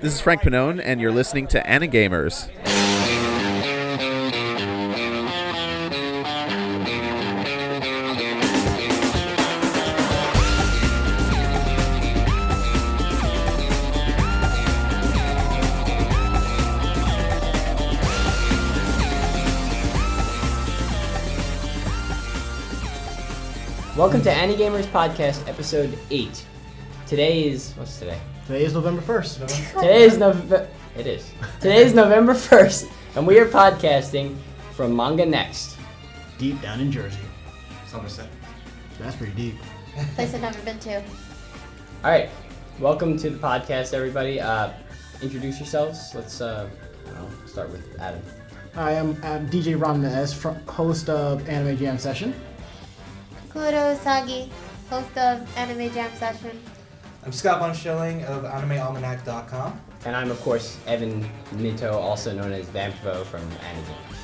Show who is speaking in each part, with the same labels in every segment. Speaker 1: This is Frank Panone, and you're listening to Anagamers.
Speaker 2: Welcome to Annie Gamers Podcast, episode 8. Today is. What's today?
Speaker 3: Today is November 1st.
Speaker 2: Today is November. It is. Today is November 1st, and we are podcasting from Manga Next.
Speaker 3: deep down in Jersey.
Speaker 4: Somerset.
Speaker 3: That's pretty deep.
Speaker 5: Place I've never been to.
Speaker 2: All right. Welcome to the podcast, everybody. Uh, introduce yourselves. Let's uh, well, start with Adam.
Speaker 3: I am I'm DJ Ron Mez, fr- host of Anime Jam Session.
Speaker 5: Kuro Sagi, host of Anime Jam Session.
Speaker 4: I'm Scott Von Schilling of AnimeAlmanac.com.
Speaker 2: And I'm, of course, Evan Mito, also known as Vampvo from Annie Gamers.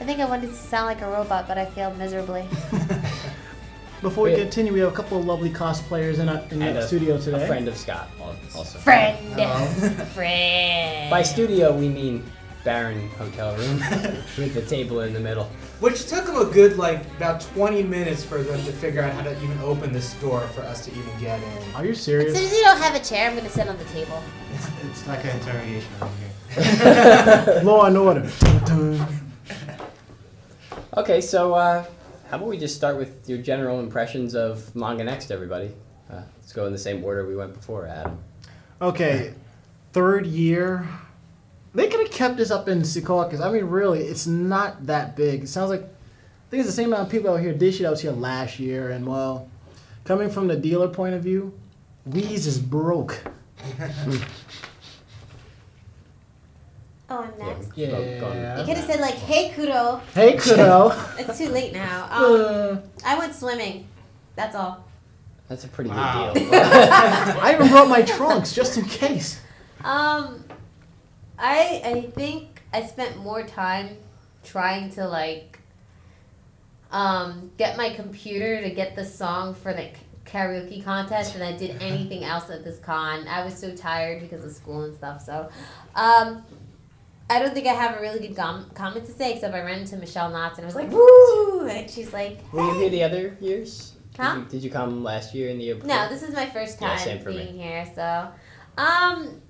Speaker 5: I think I wanted to sound like a robot, but I failed miserably.
Speaker 3: Before we
Speaker 2: Yeah.
Speaker 3: continue, we have a couple of lovely cosplayers in, our, in
Speaker 2: And
Speaker 3: the
Speaker 2: a-
Speaker 3: studio
Speaker 2: A
Speaker 3: today.
Speaker 2: friend of Scott, al- also.
Speaker 5: Friend.
Speaker 4: Hello.
Speaker 5: Friend.
Speaker 2: By studio, we mean barren hotel room with a table in the middle.
Speaker 4: Which took them a good, like, about 20 minutes for them to figure out how to even open this door for us to even get in.
Speaker 3: Are you
Speaker 5: As soon
Speaker 3: serious?
Speaker 5: as you don't have a chair, I'm gonna sit on the table.
Speaker 4: It's like an interrogation over here.
Speaker 3: Law and order. Dun-dun.
Speaker 2: Okay, so uh, how about we just start with your general impressions of manga next, everybody? Uh, let's go in the same order we went before, Adam.
Speaker 3: okay, third year. They could have kept this up in Sequoia because, I mean, really, it's not that big. It sounds like, I think it's the same amount of people out here this year that was here last year. And, well, coming from the dealer point of view, Weez is broke.
Speaker 5: Oh, I'm next.
Speaker 2: Yeah. Go, go on.
Speaker 5: You could have said like, "Hey, Kuro,
Speaker 3: Hey, kiddo.
Speaker 5: it's too late now. Um,
Speaker 3: Uh,
Speaker 5: I went swimming. That's all."
Speaker 2: That's a pretty
Speaker 4: Wow.
Speaker 2: good deal.
Speaker 3: I even brought my trunks just in case.
Speaker 5: Um, I I think I spent more time trying to like um get my computer to get the song for the karaoke contest than I did anything else at this con. I was so tired because of school and stuff. So, um. I don't think I have a really good gom- comment to say, except I ran into Michelle Knotts and I was like, "Woo!" And she's like,
Speaker 2: Were you
Speaker 5: "Hey."
Speaker 2: here the other years?
Speaker 5: Huh?
Speaker 2: Did you, did you come last year and the year before?
Speaker 5: No, this is my first
Speaker 2: Yeah,
Speaker 5: time
Speaker 2: same for me.
Speaker 5: being here, so um,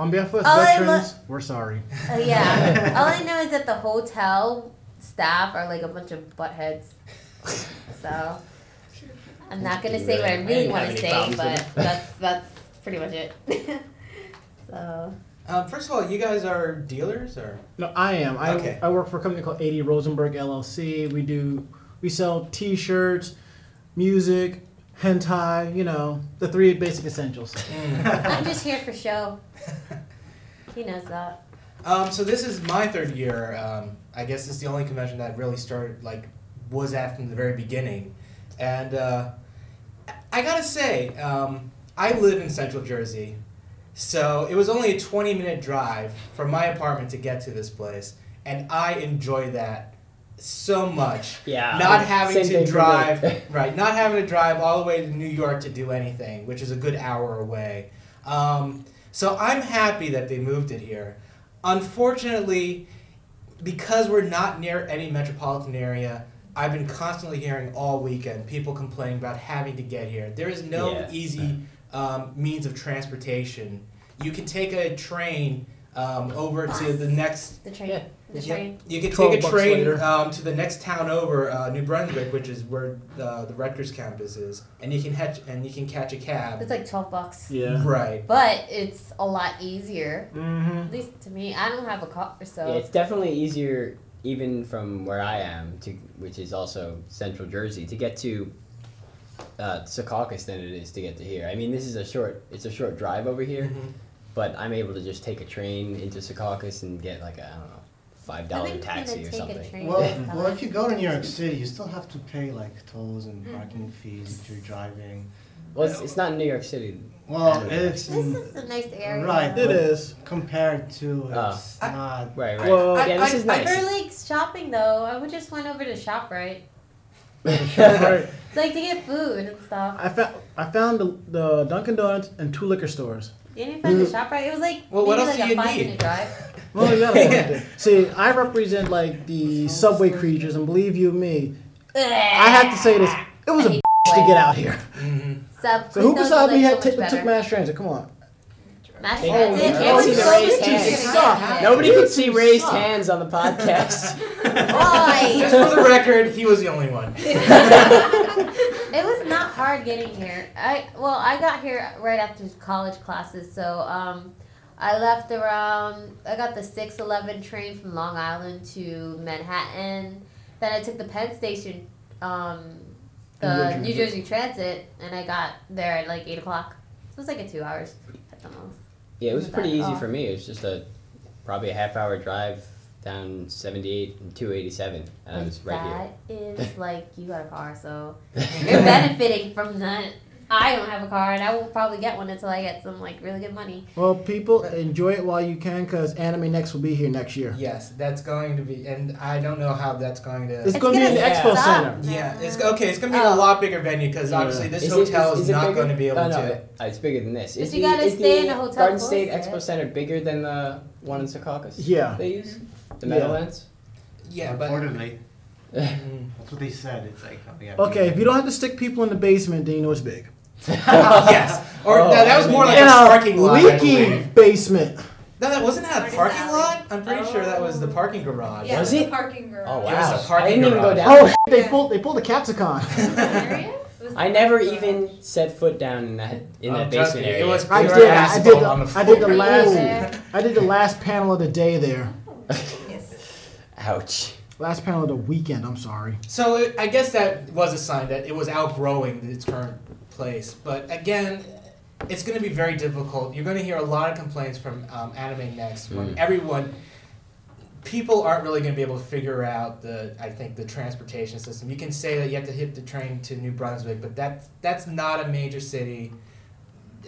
Speaker 3: On behalf of
Speaker 5: All I
Speaker 3: veterans, we're sorry.
Speaker 5: Oh, yeah. All I know is that the hotel staff are like a bunch of buttheads. So I'm not gonna say what I really want to say, but that's that's pretty much it. so
Speaker 4: Um, first of all, you guys are dealers, or?
Speaker 3: No, I am. I,
Speaker 4: Okay.
Speaker 3: I work for a company called 80 Rosenberg LLC. We do we sell T-shirts, music, hentai. You know the three basic essentials.
Speaker 5: I'm just here for show. He knows that.
Speaker 4: Um, so this is my third year. Um, I guess it's the only convention that I really started like was at from the very beginning, and uh, I gotta say, um, I live in Central Jersey, so it was only a twenty minute drive from my apartment to get to this place, and I enjoy that so much.
Speaker 2: Yeah.
Speaker 4: Not having
Speaker 2: Same
Speaker 4: to
Speaker 2: thing for
Speaker 4: drive,
Speaker 2: me.
Speaker 4: right? Not having to drive all the way to New York to do anything, which is a good hour away. Um, so I'm happy that they moved it here. Unfortunately, because we're not near any metropolitan area, I've been constantly hearing all weekend people complaining about having to get here. There is no
Speaker 2: Yeah.
Speaker 4: easy um, means of transportation. You can take a train um, over to the next
Speaker 5: The train.
Speaker 2: Yeah.
Speaker 5: The
Speaker 4: Yep.
Speaker 5: train.
Speaker 4: You could
Speaker 3: 12
Speaker 4: take a
Speaker 3: bucks
Speaker 4: train
Speaker 3: later.
Speaker 4: um, to the next town over, uh, New Brunswick, which is where the, the Rutgers campus is, and you can catch and you can catch a
Speaker 5: It's
Speaker 4: cab.
Speaker 5: like twelve bucks.
Speaker 3: Yeah.
Speaker 4: Right.
Speaker 5: But it's a lot easier.
Speaker 3: Mm-hmm.
Speaker 5: At least to me, I don't have a car, so
Speaker 2: Yeah, it's definitely easier, even from where I am, to which is also central Jersey, to get to uh, Secaucus than it is to get to here. I mean, this is a short, it's a short drive over here,
Speaker 3: Mm-hmm.
Speaker 4: Mhm.
Speaker 2: but I'm able to just take a train into Secaucus and get like a, I don't know, five
Speaker 5: I
Speaker 2: dollar
Speaker 5: think I'm
Speaker 2: taxi
Speaker 5: gonna
Speaker 2: or
Speaker 5: take
Speaker 2: something.
Speaker 5: a train.
Speaker 6: Well,
Speaker 5: next time.
Speaker 6: well, if you go to New York City, you still have to pay like tolls and parking fees if you're driving.
Speaker 2: Well, it's, it's not in New York City.
Speaker 6: Well,
Speaker 2: Yeah.
Speaker 6: it's
Speaker 5: this
Speaker 6: in,
Speaker 5: is a nice area.
Speaker 6: Right.
Speaker 3: It is.
Speaker 6: compared to
Speaker 3: Ah.
Speaker 2: Oh.
Speaker 6: it's not.
Speaker 2: Right, right.
Speaker 3: Well-
Speaker 2: yeah, this
Speaker 4: I-
Speaker 2: is
Speaker 4: I- I
Speaker 2: nice.
Speaker 5: For like shopping though, I would just went over to Shoprite,
Speaker 3: Right.
Speaker 5: like to get food and stuff.
Speaker 3: I found I found the, the Dunkin' Donuts and two liquor stores.
Speaker 5: You didn't find the shop right. It was like
Speaker 4: Well, what
Speaker 5: maybe
Speaker 4: else
Speaker 5: like
Speaker 4: do you
Speaker 5: a five
Speaker 4: need?
Speaker 5: minute drive.
Speaker 3: Well, you gotta want it. See, I represent like the subway creatures, and believe you me, I have to say this: it was a
Speaker 5: I hate
Speaker 3: bitch to get out here.
Speaker 4: Mhm.
Speaker 5: Sub,
Speaker 3: So who
Speaker 5: those
Speaker 3: beside
Speaker 5: are,
Speaker 3: me
Speaker 5: like,
Speaker 3: had
Speaker 5: so
Speaker 3: t-
Speaker 5: much
Speaker 3: took Oh,
Speaker 5: better.
Speaker 3: mass transit? Come on.
Speaker 5: Mash
Speaker 2: They-
Speaker 5: Transit.
Speaker 2: they
Speaker 5: It
Speaker 2: can't
Speaker 5: was
Speaker 2: see the
Speaker 5: so
Speaker 2: raised
Speaker 5: interesting.
Speaker 2: hands.
Speaker 3: Suck.
Speaker 2: Nobody
Speaker 3: You
Speaker 2: could see raised
Speaker 3: suck.
Speaker 2: hands on the podcast.
Speaker 5: Why?
Speaker 4: Just for the record, he was the only one.
Speaker 5: It was not hard getting here. I well, I got here right after college classes, so um, I left around. I got the six eleven train from Long Island to Manhattan. Then I took the Penn Station, um, the
Speaker 3: New
Speaker 5: New
Speaker 3: Jersey.
Speaker 5: Jersey Transit, and I got there at like eight o'clock. So it was like a two hours at the most.
Speaker 2: yeah, it was pretty easy
Speaker 5: Oh.
Speaker 2: for me. It was just a probably a half hour drive down 78 and 287, and I was right
Speaker 5: That is like you got a car, so you're
Speaker 2: here.
Speaker 5: benefiting from that. I don't have a car, and I will probably get one until I get some like really good money.
Speaker 3: Well, people, enjoy it while you can, because Anime Next will be here next year.
Speaker 4: Yes, that's going to be, and I don't know how that's going to.
Speaker 3: It's, going to be in the
Speaker 5: gonna
Speaker 3: expo
Speaker 5: suck.
Speaker 3: center.
Speaker 4: yeah, it's
Speaker 2: Uh,
Speaker 4: okay. It's gonna be a
Speaker 5: Oh.
Speaker 4: lot bigger venue because
Speaker 3: Yeah.
Speaker 4: obviously this
Speaker 2: Is it-
Speaker 4: hotel is,
Speaker 2: is it
Speaker 4: not
Speaker 2: bigger?
Speaker 4: going to be able
Speaker 2: Oh, no,
Speaker 4: to.
Speaker 2: uh, it's bigger than this.
Speaker 5: But
Speaker 2: Is
Speaker 5: you
Speaker 2: the-
Speaker 5: gotta
Speaker 2: is
Speaker 5: stay
Speaker 2: the
Speaker 5: in a hotel
Speaker 2: Garden
Speaker 5: close
Speaker 2: State
Speaker 5: to
Speaker 2: Expo
Speaker 5: it.
Speaker 2: Center bigger than the one in Secaucus?
Speaker 3: Yeah.
Speaker 2: They use the
Speaker 3: Yeah.
Speaker 2: Meadowlands.
Speaker 4: Yeah, but
Speaker 6: Reportedly,
Speaker 4: Mm.
Speaker 6: that's what they said. It's like, oh, yeah.
Speaker 3: Okay, if you don't have to stick people in the basement, then you know it's big.
Speaker 4: yes, or
Speaker 2: Oh,
Speaker 4: no, that was
Speaker 2: I
Speaker 4: more
Speaker 2: mean-
Speaker 4: like
Speaker 3: in
Speaker 4: a
Speaker 3: a
Speaker 4: parking lot. I
Speaker 3: leaky
Speaker 4: believe.
Speaker 3: basement.
Speaker 4: No, that wasn't that a
Speaker 7: Parking
Speaker 4: parking
Speaker 7: alley.
Speaker 4: lot. I'm pretty sure that was the parking garage.
Speaker 7: Yeah,
Speaker 2: Was
Speaker 7: it's a
Speaker 2: it?
Speaker 7: parking garage.
Speaker 2: Oh
Speaker 4: It was a
Speaker 2: wow! I
Speaker 4: parking
Speaker 2: didn't even go
Speaker 4: garage.
Speaker 2: down.
Speaker 3: Oh, shit, they
Speaker 7: Yeah.
Speaker 3: pulled they pulled a Capsicon.
Speaker 2: I never even set foot down in that in
Speaker 4: Oh,
Speaker 2: that
Speaker 4: trust
Speaker 2: basement
Speaker 4: me, it
Speaker 2: area.
Speaker 4: was
Speaker 3: I
Speaker 4: pure
Speaker 3: did. I
Speaker 4: asphalt
Speaker 3: did.
Speaker 4: on
Speaker 3: The,
Speaker 4: the
Speaker 3: I did the
Speaker 4: floor.
Speaker 3: last. I did the last panel of the day there.
Speaker 7: Yes.
Speaker 2: Ouch.
Speaker 3: Last panel of the weekend. I'm sorry.
Speaker 4: So it, I guess that was a sign that it was outgrowing its current place. But again, it's going to be very difficult. You're going to hear a lot of complaints from um, Anime Next when
Speaker 2: Mm.
Speaker 4: everyone, people aren't really going to be able to figure out the, I think, the transportation system. You can say that you have to hit the train to New Brunswick, but that's that's not a major city.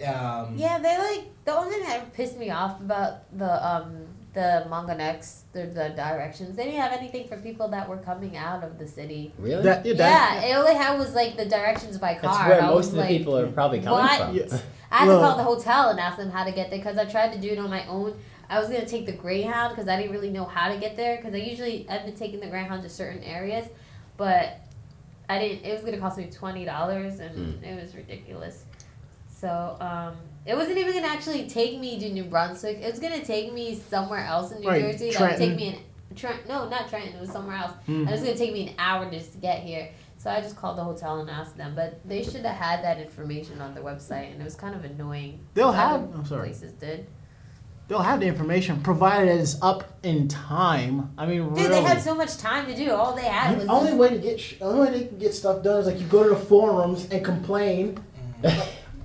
Speaker 4: Um,
Speaker 5: Yeah, they like the only thing that pissed me off about the um the manga next the, the directions they didn't have anything for people that were coming out of the city.
Speaker 2: Really?
Speaker 3: That, yeah, that,
Speaker 5: Yeah, it only had was like the directions by car.
Speaker 2: That's where
Speaker 5: I
Speaker 2: most
Speaker 5: was
Speaker 2: of the
Speaker 5: like,
Speaker 2: people are probably coming
Speaker 5: what?
Speaker 2: from.
Speaker 3: Yeah.
Speaker 5: I had
Speaker 3: Well-
Speaker 5: to call the hotel and ask them how to get there because I tried to do it on my own. I was gonna take the Greyhound because I didn't really know how to get there because I usually I've been taking the Greyhound to certain areas, but I didn't. It was gonna cost me twenty dollars and
Speaker 3: Hmm.
Speaker 5: it was ridiculous. So um, it wasn't even gonna actually take me to New Brunswick. It was gonna take me somewhere else in New
Speaker 3: Right,
Speaker 5: Jersey. That would
Speaker 3: Trenton.
Speaker 5: take me an Trent. No, not Trenton. It was somewhere else.
Speaker 3: Mm.
Speaker 5: It was gonna take me an hour just to get here. So I just called the hotel and asked them, but they should have had that information on their website, and it was kind of annoying.
Speaker 3: They'll
Speaker 5: Other
Speaker 3: have- I'm sorry.
Speaker 5: Places did.
Speaker 3: They'll have the information provided it's up in time. I mean,
Speaker 5: Dude,
Speaker 3: really.
Speaker 5: they had so much time to do. All they had was
Speaker 3: the only way to get sh- the only way they can get stuff done is like you go to the forums and complain.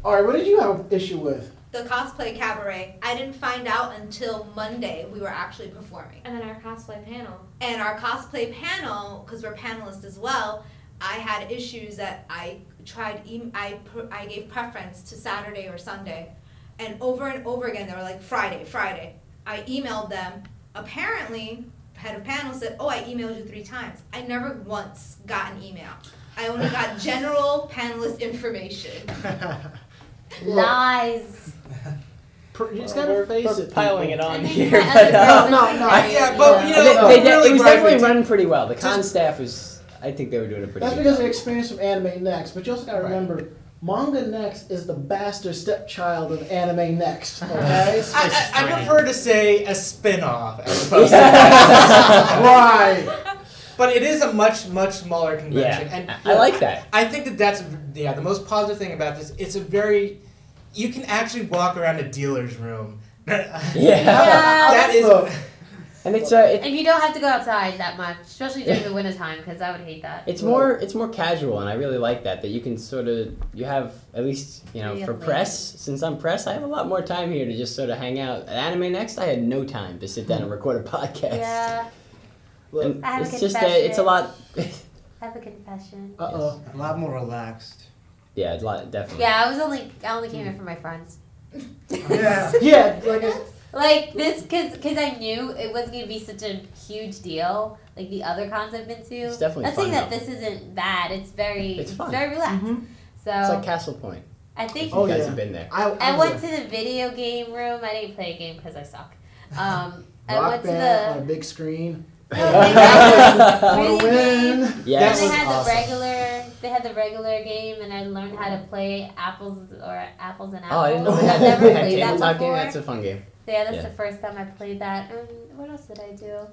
Speaker 3: All right, what did you have an issue with?
Speaker 7: The cosplay cabaret. I didn't find out until Monday we were actually performing.
Speaker 8: And then our cosplay panel.
Speaker 7: And our cosplay panel, because we're panelists as well, I had issues that I tried. em- I pr- I gave preference to Saturday or Sunday, and over and over again they were like Friday, Friday. I emailed them. Apparently, head of panel said, "Oh, I emailed you three times. I never once got an email. I only got general panelist information."
Speaker 5: lies.
Speaker 3: Per- you just gotta face it.
Speaker 2: piling it
Speaker 3: people.
Speaker 2: on
Speaker 5: And they
Speaker 2: here.
Speaker 5: had
Speaker 2: But,
Speaker 5: other
Speaker 2: uh,
Speaker 3: No,
Speaker 5: girls
Speaker 3: no,
Speaker 5: like that,
Speaker 4: yeah, but, you
Speaker 2: they, they,
Speaker 4: know- No,
Speaker 2: they-
Speaker 4: really
Speaker 2: it was
Speaker 4: graduated.
Speaker 2: definitely running pretty well. The con staff was, I think they were doing a pretty
Speaker 3: That's
Speaker 2: good
Speaker 3: because of
Speaker 2: job.
Speaker 3: experience from Anime Next, but you also gotta
Speaker 2: Right.
Speaker 3: remember, Manga Next is the bastard stepchild of Anime Next. Okay.
Speaker 4: I, I, I prefer to say a spin off as opposed to.
Speaker 3: right.
Speaker 4: But it is a much, much smaller convention.
Speaker 2: Yeah,
Speaker 4: And
Speaker 2: I I like that.
Speaker 4: I think that that's yeah the most positive thing about this. It's a very you can actually walk around a dealer's room.
Speaker 2: Yeah,
Speaker 4: that is
Speaker 3: Look,
Speaker 2: and it's uh, it,
Speaker 5: And you don't have to go outside that much, especially during the winter time, because I would hate that.
Speaker 2: it's more it's more casual, and I really like that. That you can sort of you have at least you know
Speaker 5: Yeah,
Speaker 2: for
Speaker 5: like-
Speaker 2: press. Since I'm press, I have a lot more time here to just sort of hang out. At Anime Next, I had no time to sit down and record a podcast.
Speaker 5: Yeah.
Speaker 2: And
Speaker 5: I have a
Speaker 2: it's just that it's a
Speaker 5: confession.
Speaker 2: lot.
Speaker 5: I have a confession.
Speaker 3: Uh oh.
Speaker 6: A lot more relaxed.
Speaker 2: yeah, it's a lot definitely.
Speaker 5: Yeah, I was only I only came here for my friends.
Speaker 6: Yeah.
Speaker 3: Yeah, like I
Speaker 5: Like this, cause, cause I knew it wasn't gonna be such a huge deal. Like the other cons I've been to.
Speaker 2: It's definitely
Speaker 5: Not saying
Speaker 2: fun,
Speaker 5: that this isn't bad. It's very,
Speaker 2: It's
Speaker 5: it's
Speaker 2: fun.
Speaker 5: very relaxed.
Speaker 3: Mhm.
Speaker 5: So
Speaker 2: It's like Castle Point.
Speaker 5: I think.
Speaker 3: Oh,
Speaker 2: you guys
Speaker 3: yeah.
Speaker 2: have been there.
Speaker 3: I,
Speaker 5: I
Speaker 3: was
Speaker 5: went
Speaker 3: a
Speaker 5: to the video game room. I didn't play a game because I suck. Um, I
Speaker 3: rock
Speaker 5: went to
Speaker 3: band on a
Speaker 5: the.
Speaker 3: big screen.
Speaker 5: No, they had the
Speaker 3: Wanna
Speaker 5: video game.
Speaker 3: win?
Speaker 5: And
Speaker 2: Yes.
Speaker 5: they
Speaker 4: was
Speaker 5: had
Speaker 4: awesome.
Speaker 5: the regular. They had the regular game, and I learned how to play apples or apples and apples.
Speaker 2: Oh, I didn't know they had
Speaker 5: I've never
Speaker 2: they had
Speaker 5: played that
Speaker 2: tabletop game.
Speaker 5: before.
Speaker 2: That's a fun game.
Speaker 5: yeah, that's
Speaker 2: Yeah.
Speaker 5: the first time I played that. Um, what else did I do?